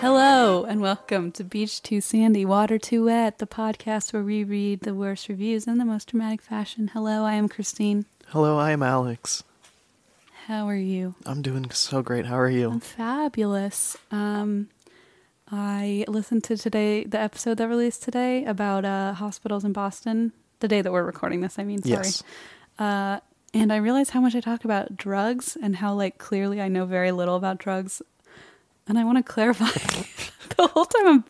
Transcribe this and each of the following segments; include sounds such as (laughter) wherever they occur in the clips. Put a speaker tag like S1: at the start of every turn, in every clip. S1: Hello and welcome to Beach Too Sandy, Water Too Wet, the podcast where we read the worst reviews in the most dramatic fashion. Hello, I am Christine.
S2: Hello, I am Alex.
S1: How are you?
S2: I'm doing so great. How are you?
S1: I'm fabulous. Um, I listened to today the episode that released today about uh, hospitals in Boston. The day that we're recording this, I mean, sorry.
S2: Yes.
S1: Uh, and I realized how much I talk about drugs and how like clearly I know very little about drugs. And I want to clarify. (laughs) the whole time I'm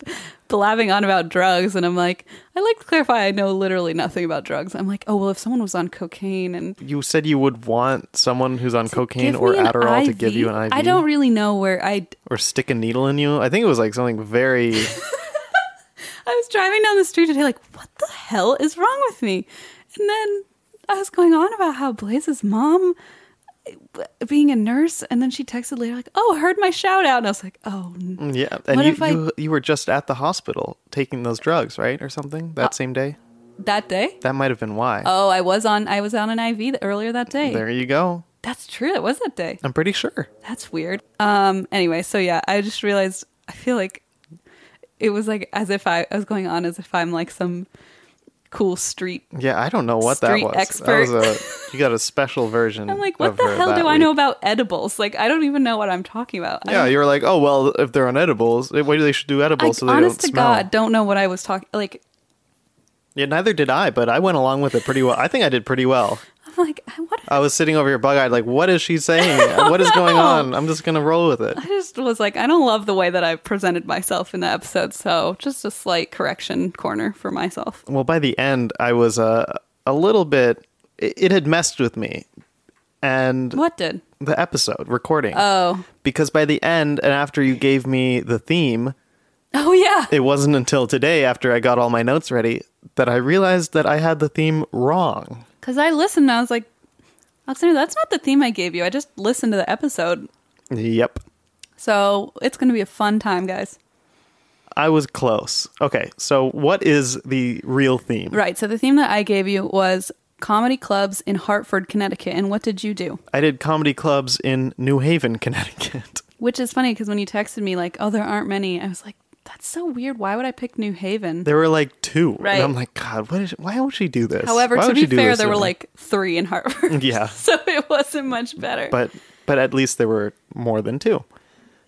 S1: blabbing on about drugs, and I'm like, I like to clarify. I know literally nothing about drugs. I'm like, oh well, if someone was on cocaine and
S2: You said you would want someone who's on cocaine
S1: Give
S2: or
S1: me an
S2: Adderall to give you an IV
S1: I don't really know where I.
S2: or stick a needle in you. I think it was like something
S1: (laughs)
S2: very
S1: I was driving down the street today, like, what the hell is wrong with me? And then I was going on about how Blaze's mom eh, being a nurse, and then she texted later, like, oh, heard my shout out, and I was like, oh, n-
S2: yeah. And
S1: What
S2: you,
S1: if I-
S2: you you were just at the hospital taking those drugs, right, or something
S1: Uh,
S2: that same day.
S1: that day.
S2: That might have been why.
S1: Oh, I was on I was on an IV th- earlier that day.
S2: There you go.
S1: That's true. It was that day.
S2: I'm pretty sure.
S1: That's weird. Um. Anyway, so yeah, I just realized I feel like it was like as if I, I was going on as if I'm like some cool street.
S2: Yeah, I don't know what that
S1: Street
S2: was.
S1: expert. (laughs)
S2: That was a you got a special version.
S1: I'm like, what
S2: of
S1: the
S2: her
S1: hell
S2: that
S1: do I know
S2: week.
S1: about edibles? Like, I don't even know what I'm talking about. I
S2: Yeah,
S1: don't-
S2: you were like, oh well, if they're on edibles, eh, why do they should do
S1: I,
S2: edibles so they
S1: honest
S2: don't
S1: to
S2: smell?
S1: God, don't know what I was talking. Like,
S2: Yeah, neither did I, but I went along with it pretty well. I think I did pretty well.
S1: I'm like, I what? if-
S2: I was sitting over here bug eyed, like, what is
S1: (laughs)
S2: she saying? what is going on? I'm just gonna roll with it.
S1: I just was like, I don't love the way that I presented myself in the episode. So just a slight correction corner for myself.
S2: Well, by the end, I was uh, a little bit. It, it had messed with me, and
S1: What did?
S2: the episode recording.
S1: Oh,
S2: because by the end, and after you gave me the theme,
S1: oh yeah.
S2: it wasn't until today, after I got all my notes ready, that I realized that I had the theme wrong.
S1: Because I listened and I was like, Alexander, that's not the theme I gave you. I just listened to the episode.
S2: Yep.
S1: So it's going to be a fun time, guys.
S2: I was close. Okay, so what is the real theme?
S1: Right. So the theme that I gave you was comedy clubs in Hartford, Connecticut. And what did you do?
S2: I did comedy clubs in New Haven, (laughs) Connecticut.
S1: Which is funny because when you texted me, like, oh, there aren't many, I was like, that's so weird. Why would I pick New Haven?
S2: There were like two.
S1: Right.
S2: And I'm like, God, what is, why would she do this?
S1: However,
S2: Why
S1: to
S2: would
S1: be
S2: she do
S1: fair,
S2: this
S1: there
S2: to
S1: were
S2: me?
S1: like three in Hartford. (laughs)
S2: (laughs) Yeah.
S1: so it wasn't much better.
S2: But, but at least there were more than two.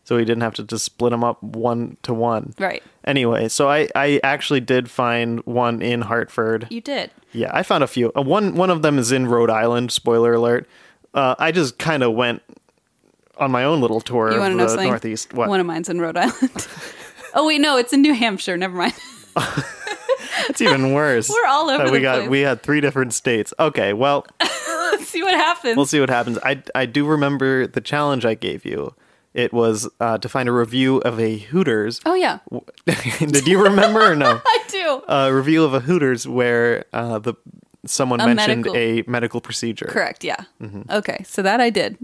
S2: So we didn't have to just split them up one to one.
S1: right.
S2: Anyway, so I, I actually did find one in Hartford.
S1: You did.
S2: Yeah, I found a few. Uh, one one of them is in Rhode Island. Spoiler alert. Uh, I just kind of went on my own little tour
S1: You want to
S2: of
S1: know
S2: the
S1: something?
S2: Northeast. What?
S1: One of mine's in Rhode
S2: (laughs)
S1: Island. oh, wait, no, it's in New Hampshire. Never mind. (laughs)
S2: It's even worse.
S1: We're all over
S2: that we
S1: the
S2: got
S1: place.
S2: we had three different states. Okay, well.
S1: see what happens.
S2: we'll see what happens. I I do remember the challenge I gave you. It was uh, to find a review of a Hooters.
S1: oh yeah,
S2: (laughs) Did you remember or no?
S1: I do.
S2: A review of a Hooters where uh, the someone
S1: A
S2: mentioned
S1: medical-
S2: a medical procedure.
S1: Correct. Yeah.
S2: Mm-hmm.
S1: Okay, so that I did.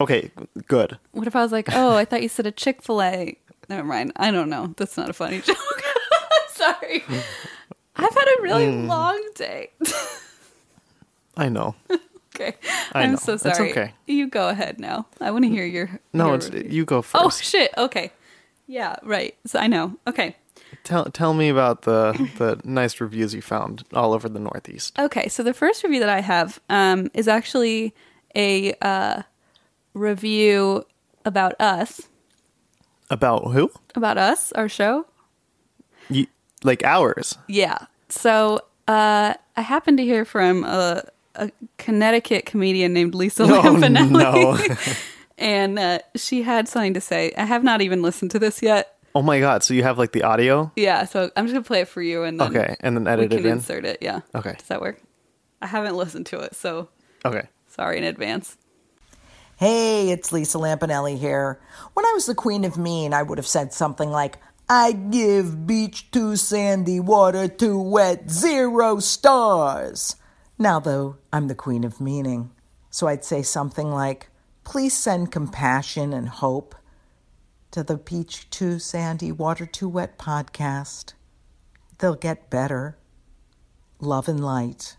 S2: Okay, good.
S1: What if I was like, oh, I thought you said a Chick Fil A? Never mind. I don't know. That's not a funny (laughs) joke. I'm sorry. I've had a really
S2: Mm.
S1: long day. (laughs)
S2: I know.
S1: okay.
S2: I
S1: am
S2: know.
S1: so
S2: It's
S1: sorry.
S2: okay.
S1: You go ahead now. I want to hear your.
S2: No,
S1: your
S2: it's,
S1: review.
S2: you go
S1: Oh
S2: first.
S1: shit. Okay. Yeah. Right. So I know. Okay.
S2: tell tell me about the the nice reviews you found all over the Northeast.
S1: Okay, so the first review that I have um, is actually a uh, review about us,
S2: About who?
S1: about us, our show.
S2: You, like ours.
S1: Yeah. So uh, I happened to hear from a, a Connecticut comedian named Lisa Lampanelli,
S2: no.
S1: (laughs) and uh, she had something to say. I have not even listened to this yet.
S2: Oh my god! So you have like the audio?
S1: Yeah, so I'm just gonna play it for you, and then
S2: Okay, and then
S1: we
S2: edit
S1: can
S2: it in.
S1: insert it. Yeah.
S2: Okay.
S1: Does that work? I haven't listened to it, so
S2: Okay.
S1: sorry in advance. (laughs)
S3: Hey, it's Lisa Lampanelli here. When I was the queen of mean, I would have said something like, I give beach too sandy, water too wet, zero stars. Now, though, I'm the queen of meaning. So I'd say something like, Please send compassion and hope to the Beach Too Sandy, Water Too Wet podcast. They'll get better. Love and light.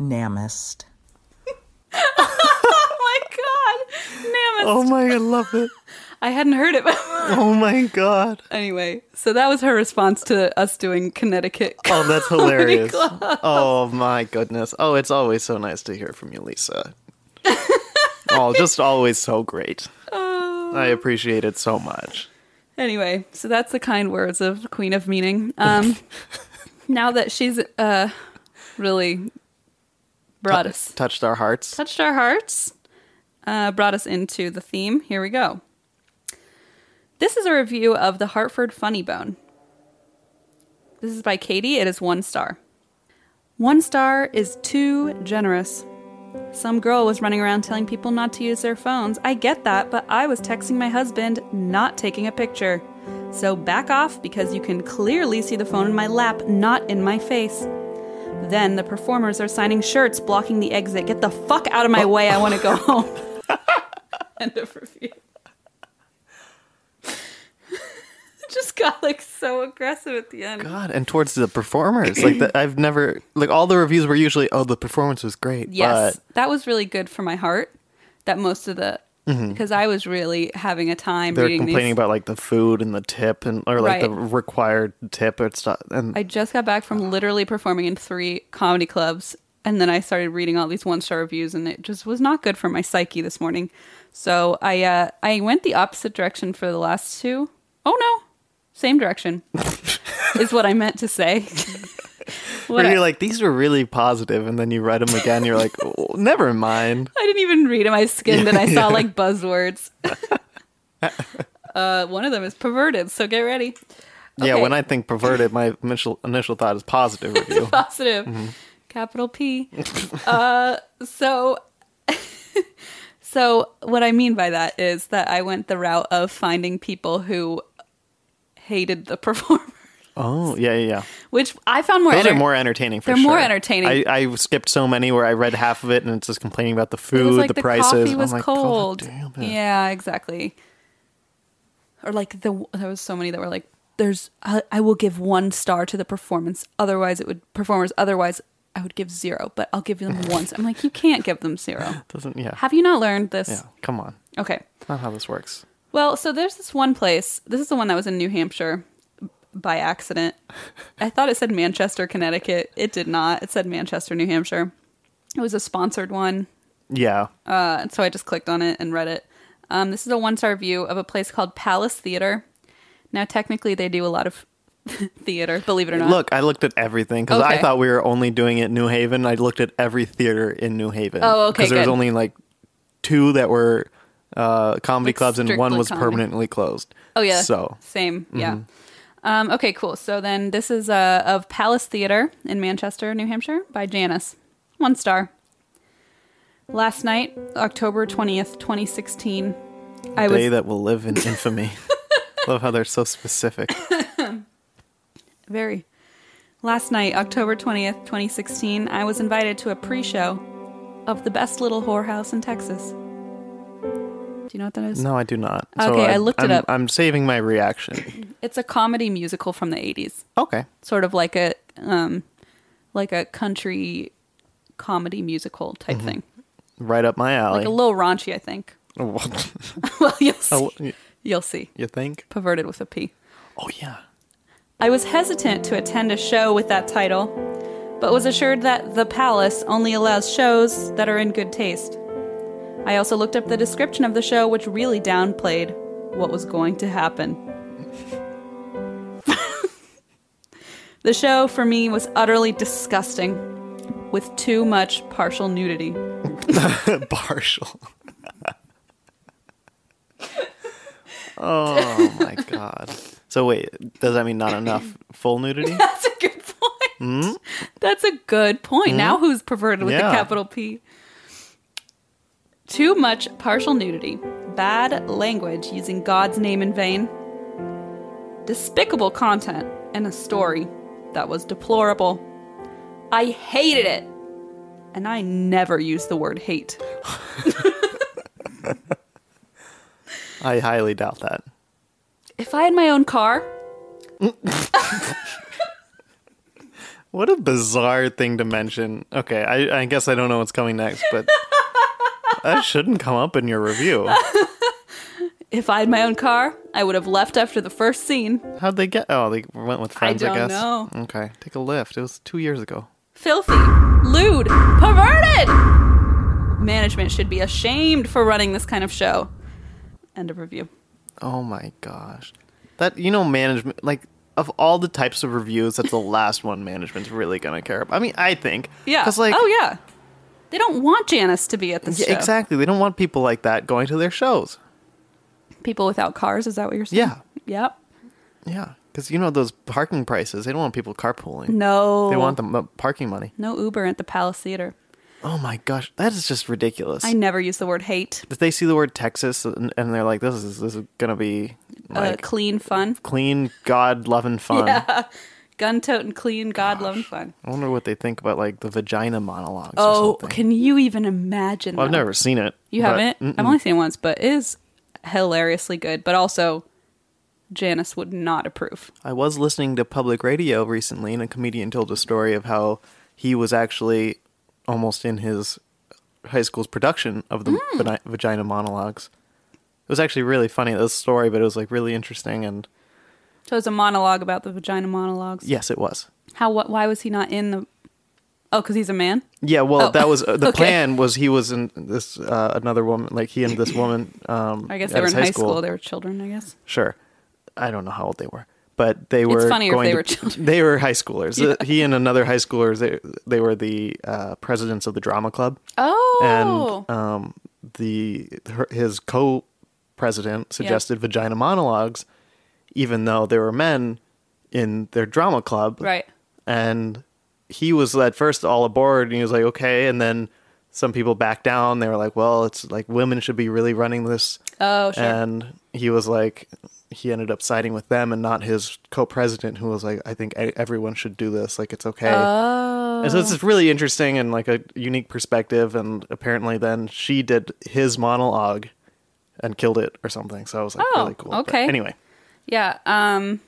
S3: Namaste.
S1: Oh my god, Namaste.
S2: Oh my god! Love it.
S1: I hadn't heard it before. (laughs)
S2: Oh my god.
S1: anyway, so that was her response to us doing Connecticut.
S2: Oh,
S1: (laughs)
S2: that's hilarious. Oh my goodness. Oh, it's always so nice to hear from you, Lisa. oh, just always so great. I
S1: Oh.
S2: appreciate it so much.
S1: Anyway, so that's the kind words of Queen of Meaning.
S2: (laughs)
S1: Um, now that she's uh, really brought us,
S2: Touched our hearts.
S1: touched our hearts, uh, brought us into the theme, here we go. This is a review of the Hartford Funny Bone. This is by Katie. It is one star. One star is too generous. Some girl was running around telling people not to use their phones. I get that, but I was texting my husband, not taking a picture. So back off because you can clearly see the phone in my lap, not in my face. Then the performers are signing shirts blocking the exit. Get the fuck out of my way. I want to go home. (laughs) End of review. (laughs) Just got like so aggressive at the end.
S2: God, and towards the performers, like that, I've never like all the reviews were usually, oh, the performance was great.
S1: Yes, that was really good for my heart. That most of the because I was really having a time
S2: but Mm-hmm. they're
S1: reading
S2: complaining
S1: these.
S2: about like the food and the tip and or like the
S1: Right.
S2: required tip or stuff. And
S1: I just got back from literally performing in three comedy clubs, and then I started reading all these one star reviews, and it just was not good for my psyche this morning. So I uh, I went the opposite direction for the last two. Oh no, same
S2: (laughs)
S1: direction is what I meant to say. What
S2: where
S1: I-
S2: you're like, these were really positive, and then you read them again, you're like, oh, never mind.
S1: I didn't even read them. I skimmed and I saw like buzzwords. uh, one of them is perverted, so get ready. (laughs)
S2: Yeah,
S1: Okay.
S2: when I think perverted, my initial initial thought is positive review.
S1: (laughs) Positive, capital P. uh, so, (laughs) so what I mean by that is that I went the route of finding people who hated the performer, (laughs)
S2: oh, yeah, yeah, yeah.
S1: which I found more.
S2: Those are
S1: enter-
S2: more entertaining for
S1: They're
S2: sure.
S1: more entertaining.
S2: I, I skipped so many where I read half of it and it's just complaining about the food,
S1: It was like
S2: the,
S1: the,
S2: prices.
S1: coffee was
S2: I'm like, "God
S1: cold.
S2: damn it."
S1: yeah, exactly. Or like the there was so many that were like, "There's I, I will give one star to the performance. Otherwise, it would performers. Otherwise, I would give zero. But I'll give
S2: (laughs)
S1: them once. I'm like, you can't give them zero.
S2: Doesn't yeah.
S1: Have you not learned this?
S2: yeah. Come on.
S1: Okay.
S2: Not how this works.
S1: Well, so there's this one place. This is the one that was in New Hampshire by accident. I thought it said Manchester, Connecticut. It did not. It said Manchester, New Hampshire. It was a sponsored one.
S2: Yeah.
S1: Uh, and so I just clicked on it and read it. Um, this is a one star view of a place called Palace Theater. Now, technically, they do a lot of (laughs) theater, believe it or not.
S2: Look, I looked at everything because I
S1: Okay.
S2: thought we were only doing it in New Haven. I looked at every theater in New Haven.
S1: Oh, okay,
S2: Because there was
S1: good.
S2: only like two that were uh, comedy
S1: Like,
S2: clubs and one
S1: strictly
S2: was
S1: comedy.
S2: permanently closed.
S1: Oh yeah.
S2: So Mm-hmm.
S1: same. Yeah. Um, okay, cool. So then this is uh, of Palace Theater in Manchester, New Hampshire by Janice. One star. Last night, October 20th, 2016, I
S2: day
S1: was
S2: that will live in infamy.
S1: (laughs)
S2: Love how they're so specific.
S1: Very. Last night, October 20th, 2016, I was invited to a pre show of the best little whorehouse in Texas. Do you know what that is?
S2: No, I do not.
S1: Okay, I looked it
S2: am
S1: up.
S2: I'm saving my reaction.
S1: It's a comedy musical from the 80s,
S2: Okay.
S1: sort of like a um like a country comedy musical type
S2: Mm-hmm.
S1: thing.
S2: Right up my alley.
S1: Like a little raunchy, I think. (laughs)
S2: What?
S1: well, you'll see.
S2: (laughs) Oh, y-
S1: You'll see.
S2: you think?
S1: Perverted with a P.
S2: Oh yeah. (laughs)
S1: I was hesitant to attend a show with that title, but was assured that The Palace only allows shows that are in good taste. I also looked up the description of the show, which really downplayed what was going to happen. (laughs) the show for me was utterly disgusting, with too much partial nudity.
S2: Partial. (laughs) oh my god. So wait, does that mean not enough full
S1: (laughs)
S2: nudity?
S1: That's a good point. That's a good point. Now who's perverted with
S2: Yeah.
S1: the capital P? Too much partial nudity, bad language using God's name in vain, despicable content, and a story that was deplorable. I hated it. And I never use the word hate.
S2: I highly doubt that.
S1: If I had my own car,
S2: What a bizarre thing to mention. Okay, I, I guess I don't know what's coming next,
S1: (laughs)
S2: but that shouldn't come up in your review.
S1: if I had my own car, I would have left after the first scene.
S2: How'd they get? Oh, they went with friends, I,
S1: don't
S2: guess.
S1: know.
S2: Okay, take a lift. It was two years ago.
S1: filthy, lewd, perverted. Management should be ashamed for running this kind of show. End of review.
S2: Oh my gosh, that you know management like of all the types of reviews, that's the last one management's really gonna care about. I mean, I think.
S1: Yeah.
S2: Because like,
S1: oh yeah. They don't want Janice to be at this
S2: yeah,
S1: show.
S2: exactly. They don't want people like that going to their shows.
S1: People without cars, is that what you're saying?
S2: Yeah.
S1: Yep.
S2: Yeah, because you know those parking prices. They don't want people carpooling.
S1: No.
S2: They want the m- parking money.
S1: No Uber at the Palace Theater.
S2: Oh my gosh, that is just ridiculous.
S1: I never use the word hate.
S2: if they see the word Texas and, and they're like, "This is this is gonna be
S1: Uh,
S2: like
S1: clean fun.
S2: clean, God
S1: (laughs)
S2: loving fun."
S1: Gun toting clean, God loving fun.
S2: I wonder what they think about like the vagina monologues.
S1: Oh,
S2: or something.
S1: can you even imagine
S2: Well, I've
S1: that?
S2: never seen it.
S1: You
S2: but-
S1: haven't?
S2: Mm,
S1: I've only seen it once, but it is hilariously good. But also, Janice would not approve.
S2: I was listening to public radio recently, and a comedian told a story of how he was actually almost in his high school's production of the
S1: Hmm.
S2: vagi- vagina monologues. It was actually really funny this story, but it was like really interesting. And
S1: So it's a monologue about the vagina monologues.
S2: yes, it was.
S1: How? What? Why was he not in the? Oh, because he's a man.
S2: Yeah, well,
S1: Oh,
S2: that was uh,
S1: (laughs)
S2: the
S1: okay.
S2: plan. Was he was in this uh, another woman? Like he and this woman. Um,
S1: I guess
S2: at
S1: they were
S2: his
S1: in high school. They were children. I guess.
S2: Sure, I don't know how old they were, but they were.
S1: funnier if
S2: going
S1: they
S2: to-
S1: were children.
S2: (laughs) They were
S1: (laughs)
S2: high schoolers. Uh, He and another high schoolers. They they were the uh, presidents of the drama club,
S1: Oh.
S2: and um, the her, his co-president suggested vagina monologues, even though there were men in their drama club,
S1: Right.
S2: and he was at first all aboard and he was like okay and then some people backed down they were like well it's like women should be really running this
S1: Oh, sure.
S2: and he was like he ended up siding with them and not his co-president who was like i think e- everyone should do this like it's okay and so
S1: Oh.
S2: this is really interesting and like a unique perspective and apparently then she did his monologue and killed it or something so i was like
S1: Oh,
S2: really cool But
S1: okay.
S2: anyway
S1: yeah. Um.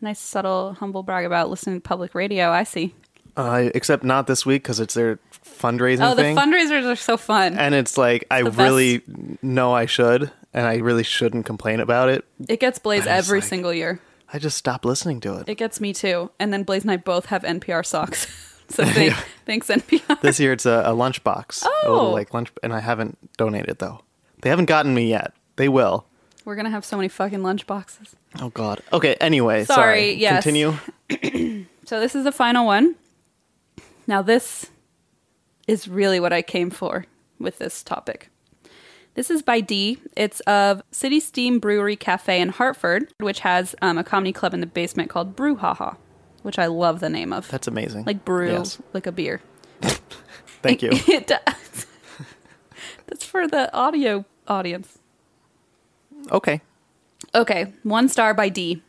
S1: Nice subtle humble brag about listening to public radio. I see.
S2: uh, except not this week because it's their fundraising
S1: Oh, the
S2: thing
S1: fundraisers are so fun.
S2: and it's like I
S1: the best.
S2: really know I should, and I really shouldn't complain about it.
S1: It gets Blaze
S2: I was
S1: every
S2: like-
S1: single year.
S2: I just stopped listening to it.
S1: It gets me too. And then Blaze and I both have NPR socks. (laughs)
S2: (laughs)
S1: so thank, thanks NPR.
S2: This year it's a, a lunchbox, a
S1: Oh.
S2: little like lunch, and I haven't donated though. They haven't gotten me yet. They will.
S1: We're gonna have so many fucking lunch boxes.
S2: Oh God. Okay. Anyway,
S1: Sorry,
S2: sorry.
S1: yes.
S2: Continue.
S1: So this is the final one. Now this is really what I came for with this topic. This is by D. It's of City Steam Brewery Cafe in Hartford, which has um, a comedy club in the basement called Brewhaha, which I love the name of.
S2: That's amazing.
S1: like brew,
S2: Yes.
S1: like a beer.
S2: Thank you.
S1: (laughs) it does. That's for the audio audience.
S2: okay.
S1: Okay, one star by D.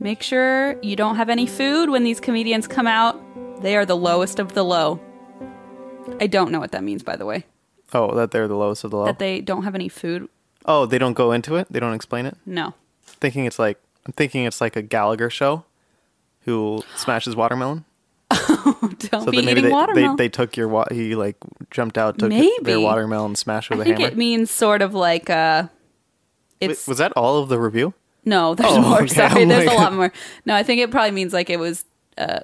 S1: Make sure you don't have any food when these comedians come out. They are the lowest of the low. I don't know what that means, by the way.
S2: Oh, that they're the lowest of the low.
S1: That they don't have any food.
S2: oh, they don't go into it. They don't explain it.
S1: No. (laughs)
S2: Thinking it's like I'm thinking it's like a Gallagher show, who smashes watermelon.
S1: Don't
S2: So
S1: be
S2: then maybe
S1: eating
S2: they, they
S1: watermelon.
S2: they took your wa- he like jumped out took
S1: Maybe.
S2: their watermelon smash with
S1: I
S2: a
S1: think
S2: hammer.
S1: it means sort of like uh
S2: Wait,
S1: it's
S2: was that all of the review?
S1: No, there's
S2: Oh,
S1: more.
S2: okay.
S1: Sorry,
S2: I'm
S1: there's
S2: like-
S1: a lot more. No, I think it probably means like it was uh,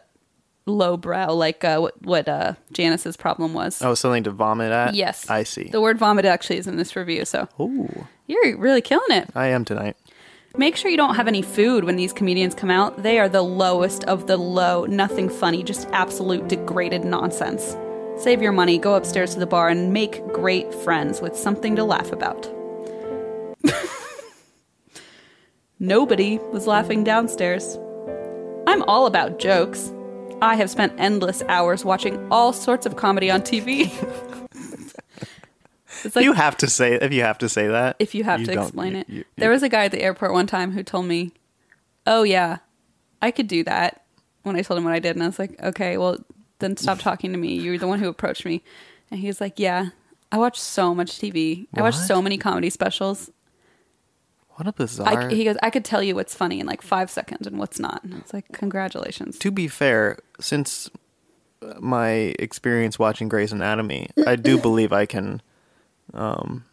S1: lowbrow, like uh, what what uh, Janice's problem was.
S2: Oh, something to vomit at?
S1: yes,
S2: I see.
S1: The word vomit actually is in this review, so
S2: Ooh,
S1: you're really killing it.
S2: I am tonight.
S1: Make sure you don't have any food when these comedians come out. They are the lowest of the low, nothing funny, just absolute degraded nonsense. Save your money, go upstairs to the bar, and make great friends with something to laugh about. (laughs) Nobody was laughing downstairs. I'm all about jokes. I have spent endless hours watching all sorts of comedy on TV. (laughs) it's like
S2: you have to say if you have to say that.
S1: if you have to
S2: don't-
S1: explain
S2: you-
S1: it.
S2: you- you-
S1: there was a guy at the airport one time who told me, "Oh yeah, I could do that." When I told him what I did, and I was like, "Okay, well then
S2: (laughs)
S1: stop talking to me. You're the one who approached me." And he was like, "Yeah, I watch so much TV. I watch
S2: What?
S1: so many comedy specials.
S2: what a
S1: I,
S2: bizarre.
S1: He goes, I could tell you what's funny in like five seconds and what's not." And I was like, "Congratulations."
S2: to be fair, since my experience watching Grey's Anatomy,
S1: (laughs)
S2: I do believe I can um,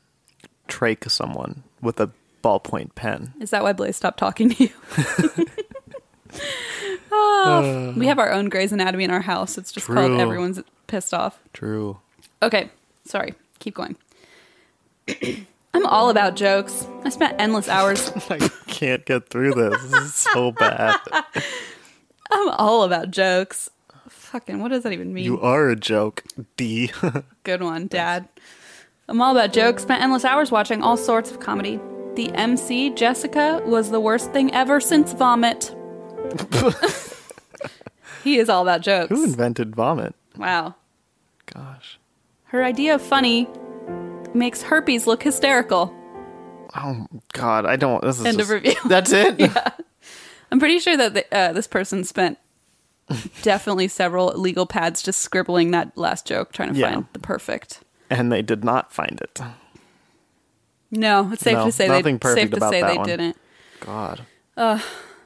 S2: trach someone with a ballpoint pen.
S1: Is that why Blaze stopped talking to
S2: (laughs)
S1: you? (laughs) oh, we have our own Grey's Anatomy in our house. It's just
S2: Uh. True.
S1: called Everyone's Pissed Off.
S2: True.
S1: Okay, sorry. Keep going. (clears throat) I'm all about jokes. I spent endless hours.
S2: (laughs)
S1: (laughs)
S2: I can't get through this. This is so bad.
S1: I'm all about jokes. Fucking, what does that even mean?
S2: You are a joke, D. (laughs)
S1: Good one, Dad. I'm all about jokes. Spent endless hours watching all sorts of comedy. The MC, Jessica, was the worst thing ever since
S2: (laughs)
S1: vomit. he is all about jokes.
S2: Who invented vomit?
S1: Wow.
S2: Gosh.
S1: Her idea of funny makes herpes look hysterical.
S2: Oh God, I don't. This is
S1: End of
S2: just,
S1: review. (laughs)
S2: That's it.
S1: I'm pretty sure that the, uh, this person
S2: (laughs)
S1: spent definitely several legal pads just scribbling that last joke, trying to
S2: Yeah.
S1: find the perfect.
S2: And they did not find it.
S1: No, it's safe
S2: No,
S1: to say
S2: nothing
S1: they
S2: perfect
S1: safe to
S2: about
S1: say
S2: that
S1: they
S2: one.
S1: didn't.
S2: God.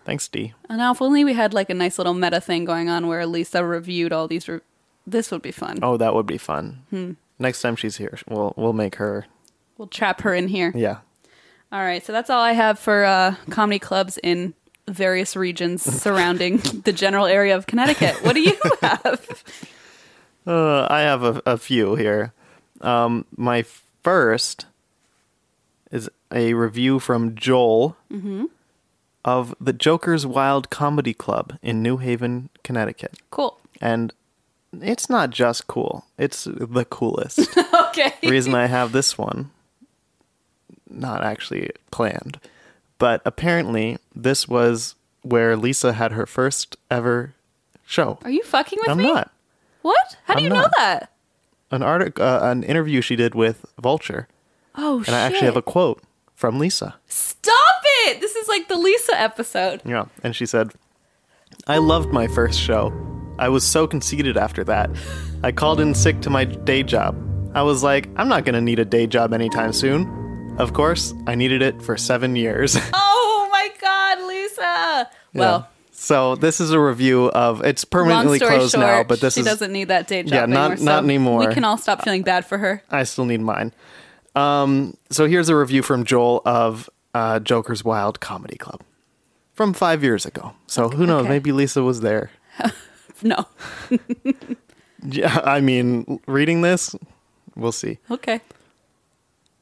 S2: Thanks, D.
S1: And now, if only we had like a nice little meta thing going on where Lisa reviewed all these. Re- this would be fun.
S2: Oh, that would be fun. Next time she's here, we'll we'll make her.
S1: We'll trap her in here.
S2: Yeah.
S1: All right, so that's all I have for uh, comedy clubs in various
S2: (laughs)
S1: regions surrounding the general area of Connecticut. What do you have?
S2: Uh, I have a, a few here. Um, my first is a review from Joel of the Joker's Wild Comedy Club in New Haven, Connecticut,
S1: Cool. (laughs)
S2: and it's not just cool; it's the coolest.
S1: Okay.
S2: reason I have this one not actually planned, but apparently this was where Lisa had her first ever show.
S1: Are you fucking with
S2: I'm
S1: me?
S2: not
S1: What? How do
S2: I'm
S1: you know
S2: not.
S1: that?
S2: an article, uh, an interview she did with Vulture,
S1: Oh shit!
S2: and I actually have a quote from Lisa.
S1: Stop it! This is like the Lisa episode.
S2: Yeah, and she said, "I loved my first show. I was so conceited after that. I called in sick to my day job. I was like, I'm not gonna need a day job anytime soon. Of course, I needed it for seven years." (laughs)
S1: Oh my god, Lisa! Well,
S2: So this is a review of it's
S1: long
S2: permanently
S1: story
S2: closed
S1: short,
S2: now, but this
S1: she
S2: is
S1: doesn't need that day job.
S2: Yeah, not-
S1: anymore, so
S2: not anymore.
S1: We can all stop feeling bad for her. (laughs)
S2: I still need mine. Um, so here's a review from Joel of uh, Joker's Wild Comedy Club from five years ago. So who knows?
S1: okay.
S2: Maybe Lisa was there.
S1: No.
S2: Yeah, (laughs) I mean, reading this, we'll see.
S1: Okay.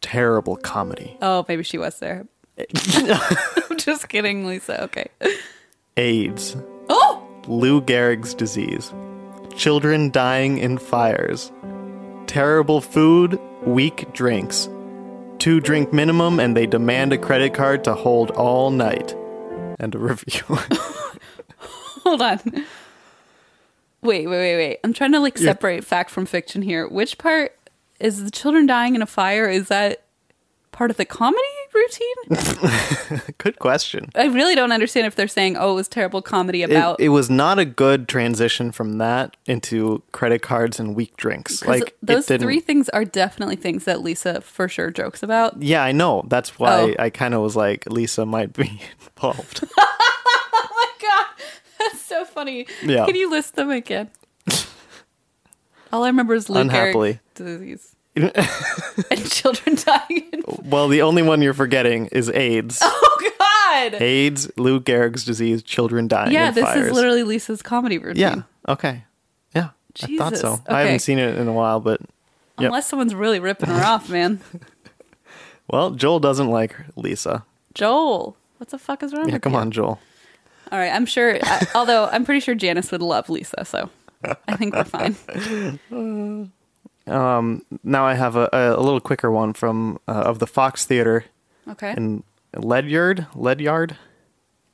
S2: Terrible comedy. (laughs)
S1: Oh, maybe she was there. (laughs) I'm just kidding, Lisa. Okay.
S2: AIDS,
S1: Oh,
S2: Lou Gehrig's disease, children dying in fires, terrible food, weak drinks, two drink minimum, and they demand a credit card to hold all night. And a (laughs) review.
S1: hold on. Wait, wait, wait, wait. I'm trying to like
S2: Yeah.
S1: separate fact from fiction here. Which part is the children dying in a fire? Is that part of the comedy routine?
S2: (laughs) good question.
S1: I really don't understand if they're saying, "Oh, it was terrible comedy
S2: It,
S1: about."
S2: it was not a good transition from that into credit cards and weak drinks.
S1: 'cause
S2: Like
S1: those
S2: it didn't.
S1: three things are definitely things that Lisa for sure jokes about.
S2: yeah, I know. That's why
S1: Oh.
S2: I kind of was like, Lisa might be (laughs) involved.
S1: God, that's so funny.
S2: Yeah.
S1: Can you list them again? (laughs) All I remember is Lou
S2: Unhappily.
S1: Gehrig's (laughs) disease and children dying. in-
S2: well, the only one you're forgetting is AIDS.
S1: (laughs) Oh God.
S2: AIDS, Lou Gehrig's disease, children dying.
S1: yeah,
S2: in
S1: this
S2: fires.
S1: is literally Lisa's comedy routine.
S2: Yeah. Okay. Yeah. I thought
S1: Jesus.
S2: so. I
S1: Okay.
S2: haven't seen it in a while, but Yep.
S1: Unless someone's really ripping her off, (laughs) man.
S2: well, Joel doesn't like Lisa.
S1: Joel, what the fuck is wrong
S2: Yeah,
S1: with
S2: come
S1: you?
S2: on, Joel.
S1: All right, I'm sure. I, although I'm pretty sure Janice would love Lisa, so I think we're (laughs) fine.
S2: Now I have a, a, a little quicker one from uh, of the Fox Theater
S1: Okay.
S2: in Ledyard, Ledyard,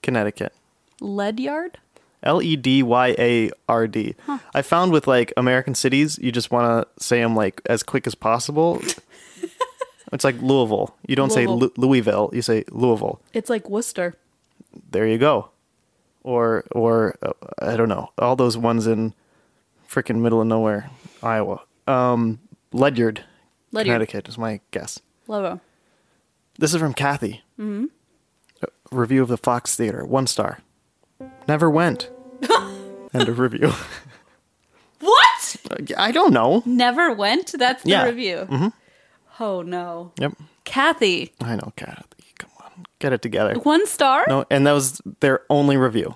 S2: Connecticut.
S1: Ledyard.
S2: L E D Y A R D. I found with like American cities, you just want to say them like as quick as
S1: (laughs)
S2: possible. it's like Louisville. You don't say
S1: Louisville.
S2: Lu- Louisville. You say Louisville.
S1: It's like Worcester.
S2: There you go. Or or uh, I don't know. All those ones in freaking middle of nowhere, Iowa. Um, Ledyard,
S1: Ledyard.
S2: Connecticut is my guess.
S1: Lovo.
S2: This is from Kathy. Mm-hmm. review of the Fox Theater. One star.
S1: (laughs)
S2: Never went. End of review. (laughs)
S1: What?
S2: I don't know.
S1: Never went. That's the
S2: Yeah. Mm-hmm.
S1: review. Oh no,
S2: Yep.
S1: Kathy.
S2: I know, Kathy. Come on. Get it together.
S1: One star.
S2: No, and that was their only review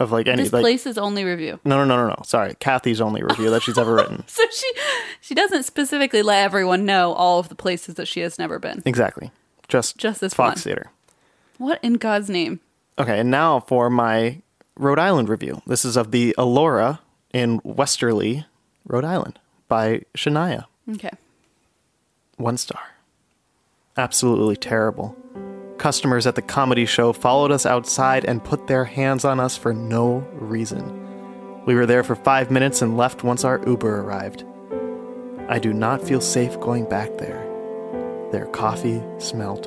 S2: of like any
S1: this
S2: like
S1: place's only review. (laughs)
S2: No, no, no, no, no. Sorry. Kathy's only review that she's ever written.
S1: So she she doesn't specifically let everyone know all of the places that she has never been.
S2: Exactly. Just
S1: Just this
S2: Fox
S1: one.
S2: Theater.
S1: What in God's name?
S2: Okay, and now for my Rhode Island review. This is of the Alora in Westerly, Rhode Island by Shania.
S1: Okay.
S2: One star. Absolutely terrible. Customers at the comedy show followed us outside and put their hands on us for no reason. We were there for five minutes and left once our Uber arrived. I do not feel safe going back there. Their coffee smelt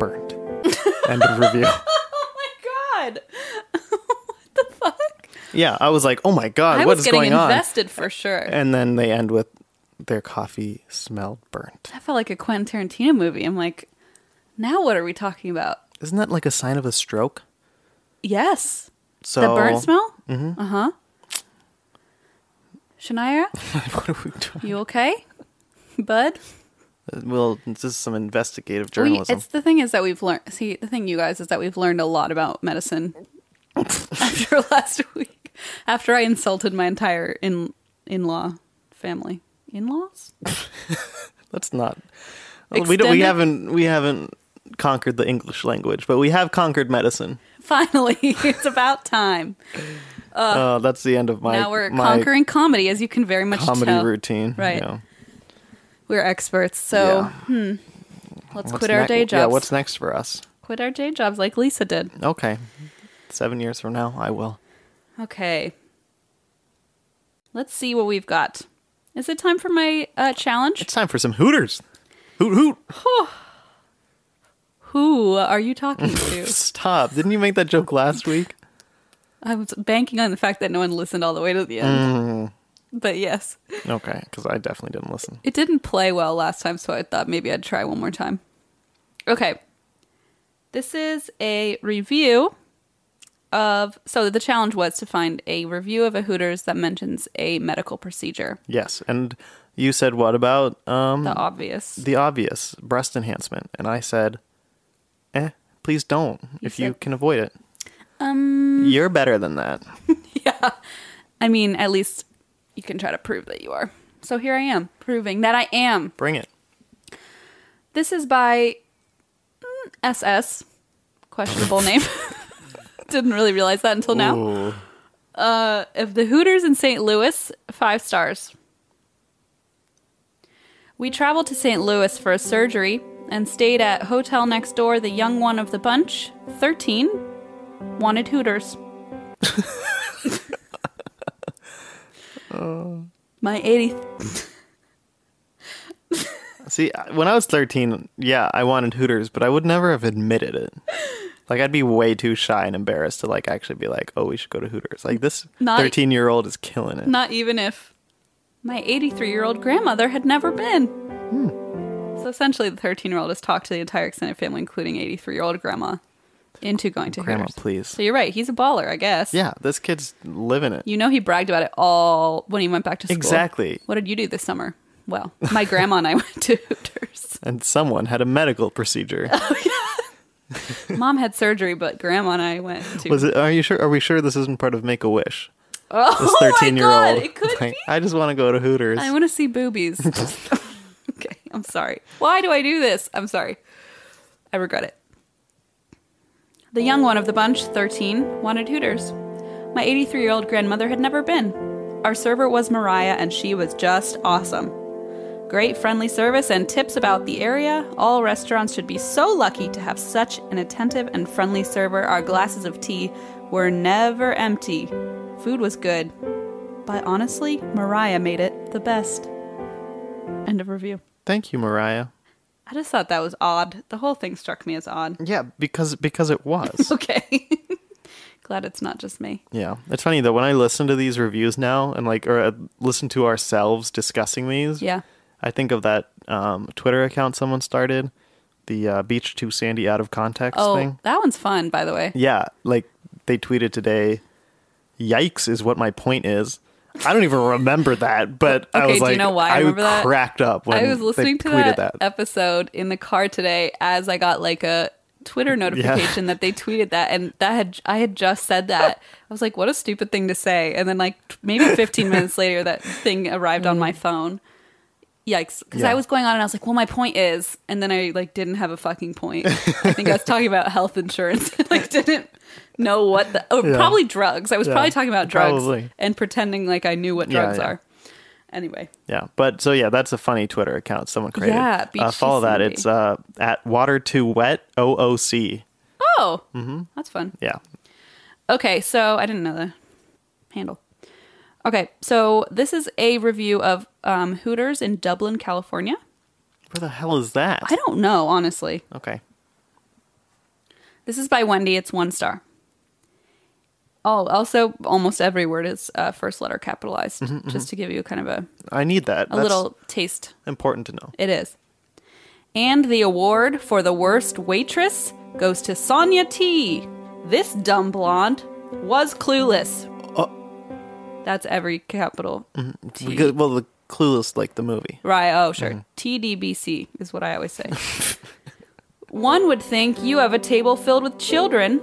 S2: burnt.
S1: (laughs)
S2: End of review.
S1: Oh my God. (laughs) what the fuck?
S2: Yeah, I was like, oh my god,
S1: I
S2: what
S1: was
S2: is
S1: getting
S2: going
S1: invested for sure.
S2: on? And then they end with their coffee smelled burnt.
S1: That felt like a Quentin Tarantino movie. I'm like, now what are we talking about?
S2: Isn't that like a sign of a stroke?
S1: Yes.
S2: So
S1: the burnt smell? Mm-hmm. Uh huh. Shania,
S2: (laughs) what are we doing?
S1: you okay? (laughs) Bud?
S2: Well, this is some investigative
S1: We,
S2: journalism.
S1: it's the thing is that we've learned. See, the thing, you guys, is that we've learned a lot about
S2: (laughs)
S1: medicine after last week. After I insulted my entire in in law family, in laws.
S2: Let's not. We don't.
S1: Extended-
S2: We haven't. We haven't conquered the English language, but we have conquered medicine.
S1: Finally, (laughs) it's about time.
S2: Uh, that's the end of my
S1: now we're
S2: my
S1: conquering comedy, as you can very much
S2: comedy
S1: tell.
S2: routine.
S1: Right.
S2: yeah.
S1: We're experts, so
S2: Yeah.
S1: hmm, let's
S2: What's
S1: quit our
S2: ne-
S1: day jobs.
S2: Yeah. What's next for us?
S1: quit our day jobs like Lisa did.
S2: Okay. Seven years from now, I will.
S1: Okay. Let's see what we've got. Is it time for my uh, challenge?
S2: It's time for some Hooters. Hoot hoot!
S1: Who are you talking
S2: (laughs)
S1: to?
S2: Stop! Didn't you make that joke last week?
S1: (laughs) I was banking on the fact that no one listened all the way to the end. But yes,
S2: Okay, because I definitely didn't listen.
S1: it didn't play well last time, so I thought maybe I'd try one more time. Okay. This is a review of. So the challenge was to find a review of a Hooters that mentions a medical procedure.
S2: Yes, and you said what about um
S1: The
S2: (laughs)
S1: obvious.
S2: the obvious breast enhancement and i said eh please don't if you
S1: said-
S2: can avoid it um you're better than that
S1: I mean, at least you can try to prove that you are. So here I am, proving that I am.
S2: bring it
S1: This is by mm, SS, questionable name. (laughs) Didn't really realize that until now.
S2: Ooh.
S1: Of the Hooters in St. Louis, five stars. We traveled to St. Louis for a surgery and stayed at hotel next door. The young one of the bunch, thirteen, wanted Hooters. My eighty.
S2: see I- when i was 13 yeah i wanted hooters but i would never have admitted it like i'd be way too shy and embarrassed to like actually be like oh we should go to hooters like this
S1: Not-
S2: 13 year old is killing it
S1: Not even if my 83 year old grandmother had never been.
S2: Hmm.
S1: So essentially, the 13 year old has talked to the entire extended family, including 83 year old grandma, into going to
S2: grandma
S1: Hooters.
S2: please
S1: So you're right. He's a baller, I guess.
S2: yeah this kid's living it
S1: You know, he bragged about it all when he went back to school.
S2: Exactly.
S1: What did you do this summer? Well, my (laughs) grandma and I went to Hooters. (laughs)
S2: and someone had a medical procedure
S1: Mom had surgery, but Grandma and I went to.
S2: Was it? Are you sure? Are we sure this isn't part of Make a Wish?
S1: (laughs) oh
S2: This
S1: my
S2: thirteen-year-old.
S1: God, It could be.
S2: I just want to go to Hooters.
S1: I want to see boobies. (laughs) okay, I'm sorry. Why do I do this? I'm sorry. I regret it. The young one of the bunch, 13, wanted Hooters. My 83 year old grandmother had never been. Our server was Mariah, and she was just awesome. Great friendly service and tips about the area. All restaurants should be so lucky to have such an attentive and friendly server. Our glasses of tea were never empty. Food was good, but honestly, Mariah made it the best. End of review.
S2: Thank you, Mariah.
S1: I just thought that was odd. The whole thing struck me as odd. (laughs)
S2: Yeah, because because it was.
S1: Okay. (laughs) Glad it's not just me.
S2: yeah, it's funny though when I listen to these reviews now and like or uh, listen to ourselves discussing these.
S1: Yeah.
S2: I think of that um, Twitter account someone started, the uh, Beach Too Sandy out of context
S1: Oh,
S2: thing.
S1: that one's fun, by the way.
S2: Yeah, like they tweeted today, yikes is what my point is. I don't even remember that, but I
S1: Okay,
S2: was
S1: do you
S2: like,
S1: know why I remember that?
S2: cracked up when
S1: I was listening to
S2: they tweeted
S1: that,
S2: that.
S1: episode in the car today as I got like a
S2: (laughs)
S1: Twitter notification that they tweeted that, and that had I had just said that. I was like, "What a stupid thing to say!" And then like t- maybe
S2: (laughs)
S1: 15 minutes later, that thing arrived on my phone. Yikes! Because
S2: Mm. Yeah.
S1: I was going on and I was like, "Well, my point is," and then I like didn't have a fucking point. I think I
S2: (laughs)
S1: was talking about health insurance. (laughs) like didn't know what the oh
S2: Yeah.
S1: probably drugs. I was
S2: Yeah,
S1: probably talking about drugs
S2: probably.
S1: and pretending like I knew what
S2: Yeah,
S1: drugs
S2: yeah.
S1: are. Anyway,
S2: Yeah, but so yeah, that's a funny Twitter account someone created.
S1: Yeah, Beach
S2: uh,
S1: Too
S2: follow that.
S1: Sandy.
S2: It's uh, at Water Too Wet OOC.
S1: oh,
S2: Mm-hmm.
S1: that's fun.
S2: Yeah,
S1: Okay, so I didn't know the handle. Okay, so this is a review of um, Hooters in Dublin, California.
S2: where the hell is that?
S1: I don't know, honestly.
S2: okay,
S1: This is by Wendy. It's one star. Oh, also, almost every word is uh, first letter capitalized, just to give you kind of a,
S2: I need that.
S1: a
S2: that's
S1: little taste.
S2: important to know.
S1: It is. And the award for the worst waitress goes to Sonia T. This dumb blonde was clueless. That's every capital T.
S2: Because, well, the clueless like the movie.
S1: Right. Oh, sure. TDBC is what I always say. (laughs) One would think you have a table filled with children.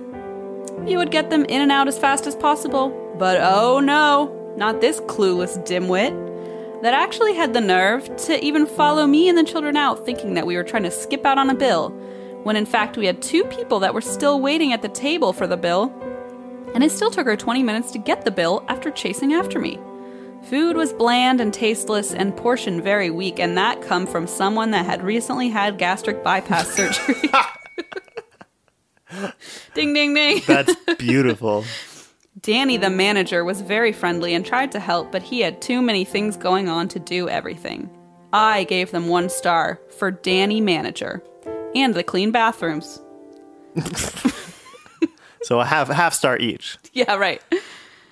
S1: You would get them in and out as fast as possible. But oh no, not this clueless dimwit that actually had the nerve to even follow me and the children out, thinking that we were trying to skip out on a bill, when in fact we had two people that were still waiting at the table for the bill. And it still took her 20 minutes to get the bill after chasing after me. Food was bland and tasteless and portion very weak, and that come from someone that had recently had gastric bypass surgery. ding ding ding. (laughs)
S2: That's beautiful.
S1: Danny, the manager, was very friendly and tried to help, but he had too many things going on to do everything. I gave them one star for Danny Manager and the clean bathrooms. (laughs)
S2: so a half half star each.
S1: Yeah, right.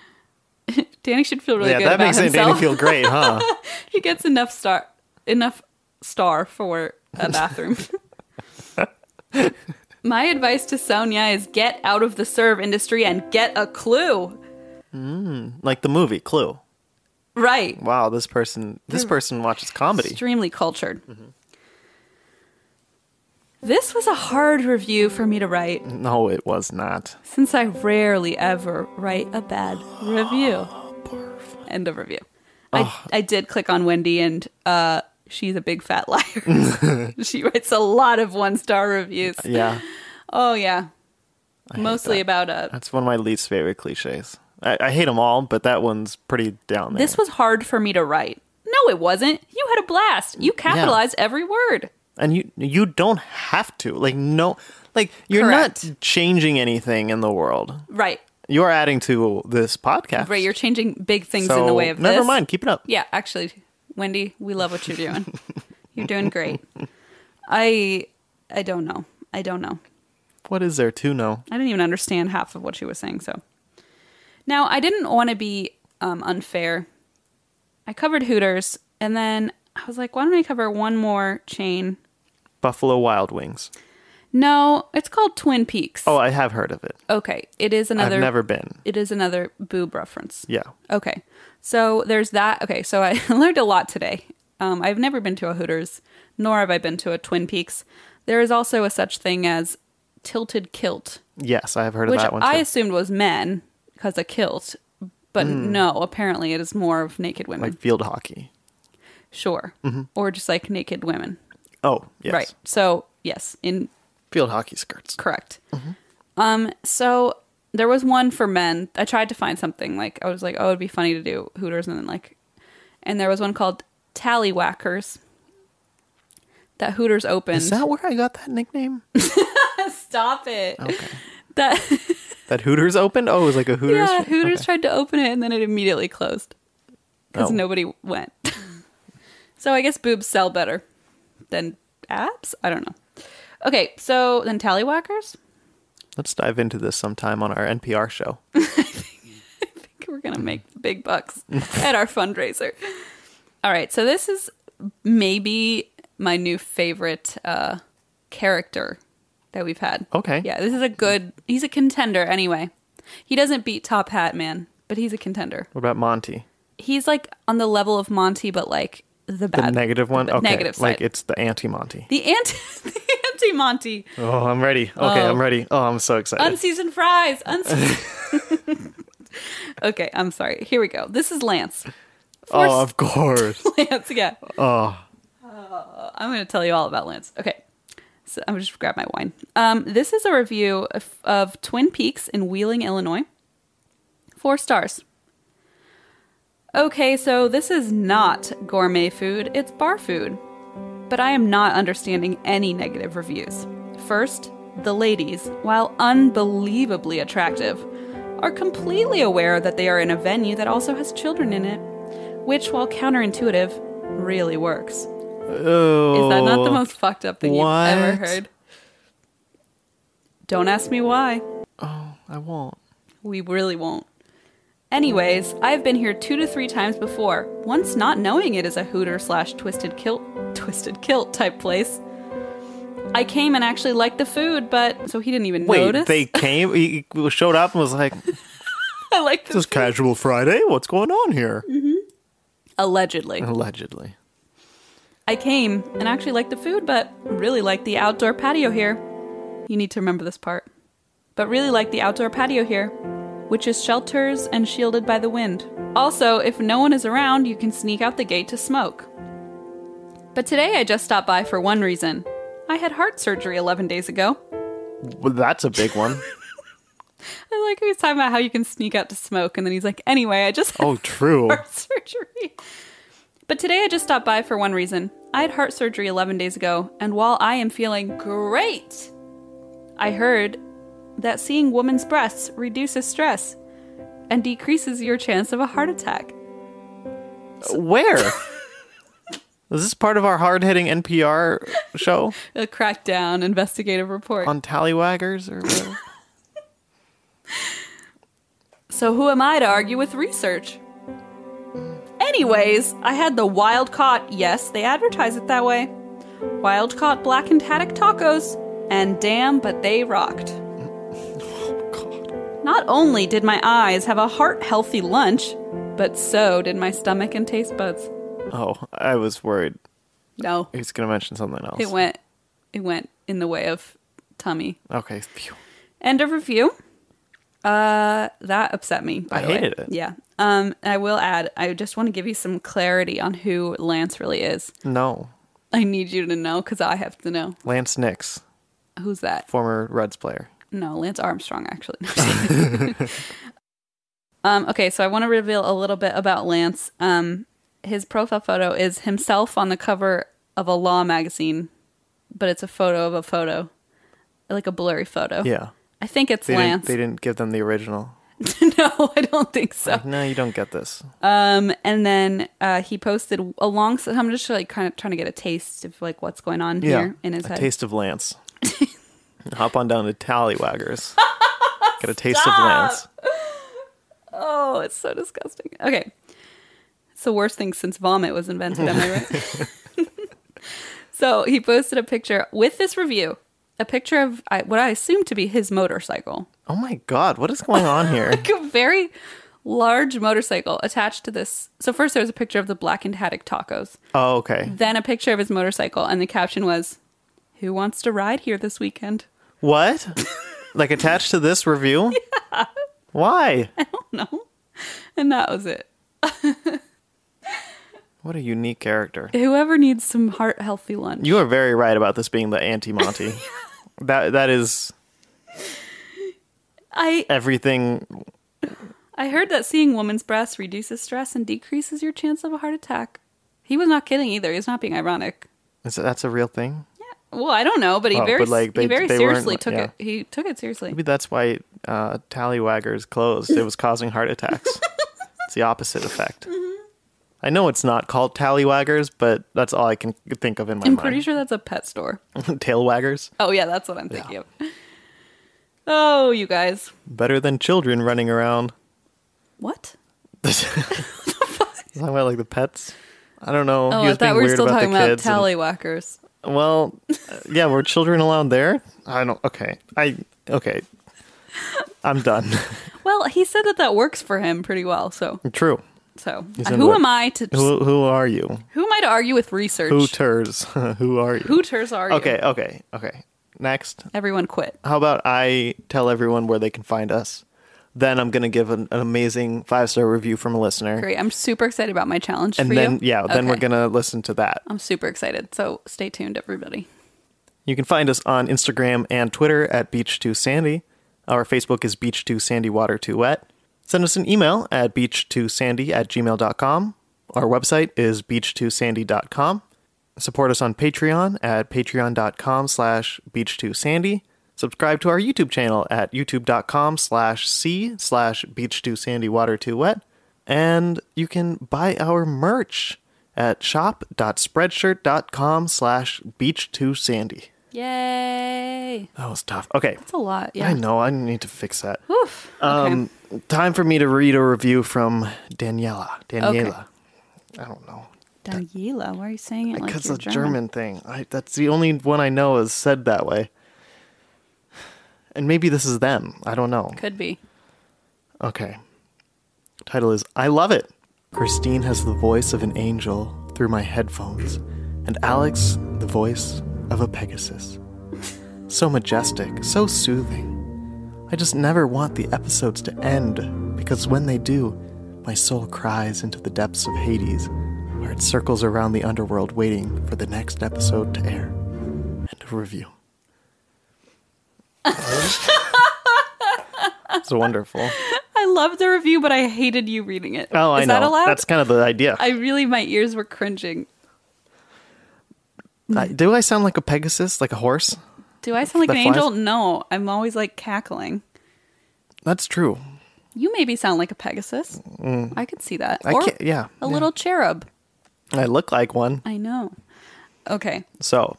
S1: (laughs) Danny should feel really
S2: yeah,
S1: good
S2: that
S1: about
S2: makes
S1: himself.
S2: Danny feel great, huh?
S1: (laughs) he gets enough star enough star for a
S2: (laughs)
S1: bathroom. My advice to Sonia is get out of the serve industry and get a clue.
S2: like the movie Clue.
S1: Right.
S2: Wow, this person this person watches comedy.
S1: Extremely cultured. This was a hard review for me to write
S2: No, it was not.
S1: since I rarely ever write a bad review. End of review.
S2: Ah.
S1: I, I did click on Wendy and uh, she's a big fat (laughs) liar.
S2: (laughs)
S1: she writes a lot of one star reviews.
S2: Yeah,
S1: Oh yeah, mostly about uh, a.
S2: that's one of my least favorite cliches. I, I hate them all, but that one's pretty down there.
S1: This was hard for me to write. No, it wasn't. You had a blast. You capitalized every word.
S2: and you you don't have to like no like you're not
S1: Correct.
S2: changing anything in the world.
S1: Right,
S2: You're adding to this podcast.
S1: right. You're changing big things in the
S2: So,
S1: way of
S2: never
S1: this.
S2: mind. Keep it up.
S1: Yeah, actually, Wendy, we love what you're
S2: (laughs)
S1: doing. you're doing great. I I don't know. I don't know.
S2: What is there to know?
S1: I didn't even understand half of what she was saying. So now I didn't want to be um, unfair. I covered Hooters, and then I was like, why don't I cover one more chain?
S2: Buffalo Wild Wings.
S1: No, it's called Twin Peaks.
S2: Oh, I have heard of it.
S1: okay. It is another.
S2: I've never been.
S1: It is another boob reference.
S2: Yeah.
S1: Okay. So there's that. Okay. So I (laughs) learned a lot today. Um, I've never been to a Hooters, nor have I been to a Twin Peaks. There is also a such thing as tilted kilt,
S2: Yes, I have heard
S1: which
S2: of that one. Too.
S1: I assumed was men because a kilt, but no, apparently it is more of naked women.
S2: Hmm. like field hockey.
S1: sure, or just like naked women,
S2: Oh, yes.
S1: right? So yes, in
S2: Field hockey skirts.
S1: Correct.
S2: Mm-hmm.
S1: Um, so there was one for men. I tried to find something like I was like, oh, it'd be funny to do Hooters, and then like, and there was one called Tallywhackers that Hooters opened.
S2: Is that where I got that nickname? (laughs)
S1: Stop it. (laughs) That
S2: that Hooters opened? Oh, it was like a Hooters.
S1: yeah, Hooters
S2: Okay.
S1: tried to open it and then it immediately closed because
S2: Oh.
S1: nobody went. (laughs) so I guess boobs sell better than abs. I don't know. Okay, so then Tallywhackers.
S2: Let's dive into this sometime on our NPR show.
S1: think (laughs) we're gonna make big bucks at our fundraiser. All right, so this is maybe my new favorite uh, character that we've had.
S2: Okay.
S1: yeah, this is a good. He's a contender anyway. He doesn't beat Top Hat Man, but he's a contender.
S2: What about Monty?
S1: He's like on the level of Monty, but like the
S2: The
S1: bad,
S2: negative one?
S1: the
S2: okay.
S1: negative side.
S2: Like it's the anti Monty.
S1: the anti, (laughs) the anti Monty,
S2: Oh, I'm ready. Okay, I'm ready. Oh, I'm so excited.
S1: unseasoned fries, unseasoned. (laughs) okay, I'm sorry. Here we go. This is Lance. Forced-
S2: (laughs) oh,
S1: (laughs)
S2: of course.
S1: Lance, yeah. Oh. I'm going to tell you all about Lance. Okay. So I'm just grab my wine. Um, this is a review of, of Twin Peaks in Wheeling, Illinois. Four stars. Okay, so this is not gourmet food, it's bar food. But I am not understanding any negative reviews. First, the ladies, while unbelievably attractive, are completely aware that they are in a venue that also has children in it, which, while counterintuitive, really works. Is
S2: Oh,
S1: that not the most fucked up thing you've ever
S2: What?
S1: heard? Don't ask me why.
S2: I won't.
S1: We really won't. Anyways, I've been here two to three times before, once not knowing it is a Hooter slash Twisted Kilt, Twisted Kilt type place. I came and actually liked the food, but so he didn't even
S2: Wait,
S1: notice.
S2: they came, he he showed up and was like,
S1: (laughs) I liked the
S2: "This is casual Friday. What's going on here?"
S1: allegedly.
S2: Allegedly.
S1: I came and actually liked the food, but really liked the outdoor patio here. You need to remember this part. But really liked the outdoor patio here, which is shelters and shielded by the wind. Also, if no one is around, you can sneak out the gate to smoke. But today I just stopped by for one reason. I had heart surgery 11 days ago.
S2: Well, that's a big one.
S1: I like how he's talking about how you can sneak out to smoke, and then he's like, anyway, I just
S2: (laughs) Oh, true.
S1: heart (laughs) surgery. But today I just stopped by for one reason. I had heart surgery 11 days ago, and while I am feeling great, I heard that seeing women's breasts reduces stress and decreases your chance of a heart attack.
S2: Where? Is this part of our hard-hitting NPR show
S1: A crackdown investigative report.
S2: on Tallywaggers or whatever?
S1: So who am I to argue with research? Anyways, I had the wild caught, yes, they advertise it that way. Wild caught blackened haddock tacos, and damn, but they rocked. Not only did my eyes have a heart healthy lunch, but so did my stomach and taste buds.
S2: Oh, I was worried
S1: No,
S2: he was going to mention something else.
S1: it went, it went in the way of tummy.
S2: Okay. phew.
S1: End of review. Uh, that upset me. by
S2: I
S1: the way.
S2: hated it.
S1: Yeah. Um, I will add. I just want to give you some clarity on who Lance really is.
S2: No,
S1: I need you to know because I have to know
S2: Lance Nix,
S1: who's that.
S2: former Reds player.
S1: No, Lance Armstrong actually. No, I'm just
S2: (laughs)
S1: kidding. um. Okay, so I want to reveal a little bit about Lance. Um, his profile photo is himself on the cover of a law magazine, but it's a photo of a photo, like a blurry photo.
S2: Yeah.
S1: I think it's
S2: They didn't,
S1: Lance.
S2: they didn't give them the original.
S1: (laughs) no, I don't think so.
S2: Like, no, you don't get this.
S1: Um, and then uh, he posted alongside. I'm just like kind of trying to get a taste of like what's going on here in his
S2: a
S1: head.
S2: taste
S1: (laughs)
S2: of Lance. Hop on down to Tallywaggers. Get a taste of Lance.
S1: oh, it's so disgusting. Okay, it's the worst thing since vomit was invented. Am I right? (laughs) so he posted a picture with this review, a picture of I, what I assume to be his motorcycle,
S2: Oh my god, what is going
S1: (laughs)
S2: on here?
S1: like a very large motorcycle attached to this. So first there was a picture of the blackened haddock tacos.
S2: Oh, okay.
S1: then a picture of his motorcycle, and the caption was, "Who wants to ride here this weekend?" (laughs)
S2: What? like attached to this review? Yeah. Why?
S1: No. And that was it.
S2: What a unique character.
S1: Whoever needs some heart healthy lunch.
S2: You are very right about this being the anti
S1: (laughs)
S2: Monty. that that is
S1: I
S2: everything.
S1: I heard that seeing women's breasts reduces stress and decreases your chance of a heart attack. He was not kidding either. He's not being ironic.
S2: Is that, that's a real thing?
S1: Well, I don't know, but he
S2: Oh,
S1: very
S2: but, like, they-
S1: he very
S2: they weren't-
S1: seriously took
S2: yeah.
S1: it. He took it seriously.
S2: Maybe that's why uh, Tallywagger's closed. It was causing
S1: (laughs)
S2: heart attacks. it's the opposite effect. I know it's not called Tallywagger's, but that's all I can think of in my
S1: I'm
S2: (laughs) mind.
S1: pretty sure that's a pet store.
S2: Tailwaggers.
S1: Oh yeah, that's what I'm thinking of. Oh, you guys.
S2: Better than children
S1: (laughs)
S2: running around. (laughs)
S1: What?
S2: Talking about like the pets. I don't know.
S1: Oh,
S2: he
S1: I
S2: was
S1: thought
S2: being
S1: we were
S2: weird
S1: still
S2: about
S1: talking
S2: the
S1: about
S2: kids. and-
S1: tallywhackers.
S2: well, uh, yeah, were children allowed there? I don't. Okay, I okay. I'm done. (laughs)
S1: Well, he said that that works for him pretty well. So,
S2: True.
S1: so
S2: He's into
S1: who
S2: it.
S1: am I to who,
S2: Who who are you?
S1: am I to argue with research?
S2: Who ters? (laughs) who are you?
S1: Hooters are you?
S2: Okay, okay, okay. Next,
S1: Everyone quit.
S2: how about I tell everyone where they can find us? Then I'm gonna give an, an amazing five star review from a listener,
S1: Great. I'm super excited about my challenge
S2: and
S1: for
S2: then
S1: you.
S2: yeah, then we're
S1: Okay.
S2: gonna listen to that.
S1: I'm super excited. So stay tuned, everybody.
S2: You can find us on Instagram and Twitter at Beach2Sandy. Our Facebook is Beach2SandyWater2Wet. Send us an email at beach2sandy at gmail.com. Our website is beach2sandy.com. Support us on Patreon at patreon.com slash beach2sandy. Subscribe to our YouTube channel at youtube.com slash c slash beach2sandywater2wet. And you can buy our merch at shop.spreadshirt.com slash beach2sandy.
S1: Yay!
S2: That was tough. Okay.
S1: It's a lot. Yeah.
S2: I know. I need to fix that.
S1: Oof. Okay.
S2: Um, time for me to read a review from Daniela. Daniela. I don't know.
S1: Daniela, why are you saying it like
S2: Because
S1: you're
S2: it's a German, thing. I, that's the only one I know is said that way. And maybe this is them. I don't know.
S1: Could be.
S2: Okay. Title is I Love It. Christine has the voice of an angel through my headphones, and Alex the voice of a Pegasus. So majestic, so soothing. I just never want the episodes to end, because when they do, my soul cries into the depths of Hades, where it circles around the underworld waiting for the next episode to air. End of review. (laughs) it's wonderful.
S1: I loved the review, but I hated you reading it.
S2: Oh, I
S1: Is
S2: know.
S1: that allowed?
S2: That's kind of the idea.
S1: I really, my ears were cringing.
S2: I- do I sound like a Pegasus, like a horse?
S1: Do I sound like
S2: That
S1: an
S2: flies?
S1: angel? No, I'm always like cackling.
S2: That's true.
S1: You maybe sound like a Pegasus. I could see that.
S2: Mm. I
S1: or
S2: can't. Yeah,
S1: a little cherub.
S2: I look like one.
S1: I know. Okay.
S2: So,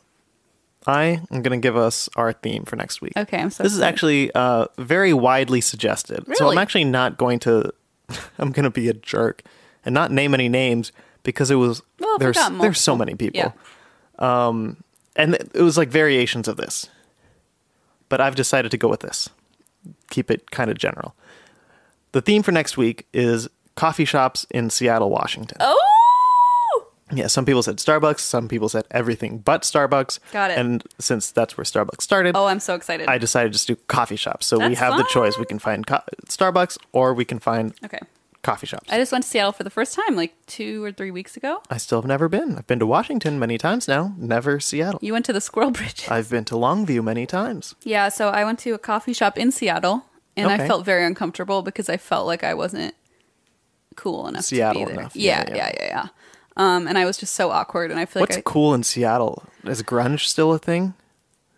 S2: I am gonna give us our theme for next week.
S1: Okay, I'm so
S2: This is
S1: excited.
S2: actually uh, very widely suggested. So I'm
S1: Really?
S2: actually not going to. (laughs) I'm gonna be a jerk and not name any names because it was
S1: Well, if we
S2: there's
S1: got
S2: there's so
S1: multiple-
S2: many people.
S1: Yeah.
S2: and it was like variations of this. But I've decided to go with this. Keep it kind of general. The theme for next week is coffee shops in Seattle, Washington.
S1: Oh!
S2: Yeah, some people said Starbucks, some people said everything but Starbucks.
S1: Got it.
S2: And since that's where Starbucks started,
S1: Oh, I'm so excited.
S2: I decided to just do coffee shops. So we
S1: That's
S2: have the
S1: fun.
S2: choice. We can find co- Starbucks or we can find
S1: okay.
S2: coffee shops.
S1: I just went to Seattle for the first time like two or three weeks ago.
S2: I still have never been. I've been to Washington many times now, never Seattle.
S1: You went to the (laughs) Squirrel Bridge.
S2: I've been to Longview many times.
S1: Yeah, so I went to a coffee shop in Seattle and
S2: Okay.
S1: I felt very uncomfortable because I felt like I wasn't cool enough
S2: Seattle
S1: to be there.
S2: enough, yeah,
S1: Yeah,
S2: yeah.
S1: yeah, yeah, yeah. Um, and I was just so awkward and I feel
S2: What's
S1: like I,
S2: cool in Seattle? Is grunge still a thing?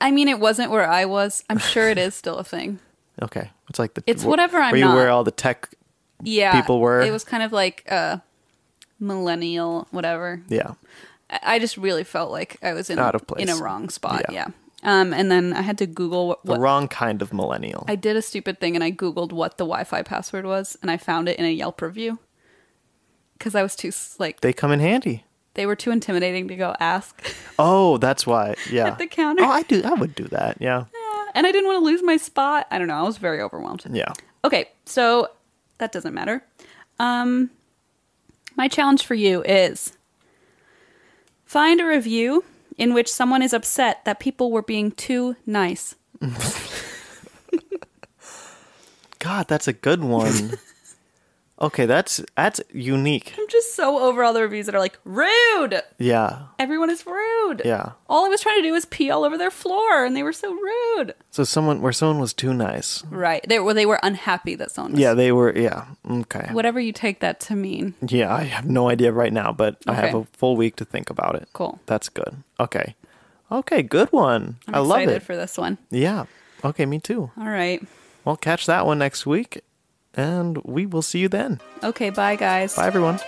S1: I mean it wasn't where I was.
S2: (laughs)
S1: I'm sure it is still a thing.
S2: Okay, it's like the
S1: It's
S2: wh-
S1: whatever I'm
S2: where you
S1: not.
S2: wear all the tech.
S1: Yeah.
S2: People were-
S1: It was kind of like uh millennial whatever.
S2: Yeah,
S1: I I just really felt like I was in
S2: Out of place.
S1: in a wrong spot.
S2: Yeah.
S1: Yeah. Um and then I had to google what,
S2: the
S1: what
S2: wrong kind of millennial.
S1: I did a stupid thing and I Googled what the Wi Fi password was and I found it in a Yelp review. Because I was too, s- like,
S2: they come in handy.
S1: they were too intimidating to go ask. (laughs)
S2: Oh, that's why. Yeah,
S1: the counter. Eh.
S2: Oh, I do. I would do that. Yeah,
S1: and I didn't want to lose my spot. I don't know. I was very overwhelmed.
S2: yeah.
S1: Okay, so that doesn't matter. Um, my challenge for you is find a review in which someone is upset that people were being too nice.
S2: God, that's a
S1: (laughs)
S2: good one. okay, that's that's unique.
S1: I'm just so over all the reviews that are like, rude.
S2: Yeah.
S1: Everyone is rude.
S2: Yeah.
S1: All I was trying to do was pee all over their floor, and they were so rude.
S2: So someone where someone was too nice.
S1: Right. They were they were unhappy that someone. was-
S2: Yeah, they were yeah. Okay.
S1: Whatever you take that to mean.
S2: Yeah, I have no idea right now, but I have
S1: Okay.
S2: a full week to think about it.
S1: Cool.
S2: That's good. Okay. Okay, good one.
S1: I'm
S2: I love
S1: excited
S2: it.
S1: for this one.
S2: yeah. Okay, me too.
S1: All right.
S2: Well, catch that one next week, and we will see you then.
S1: Okay. Bye, guys.
S2: Bye, everyone.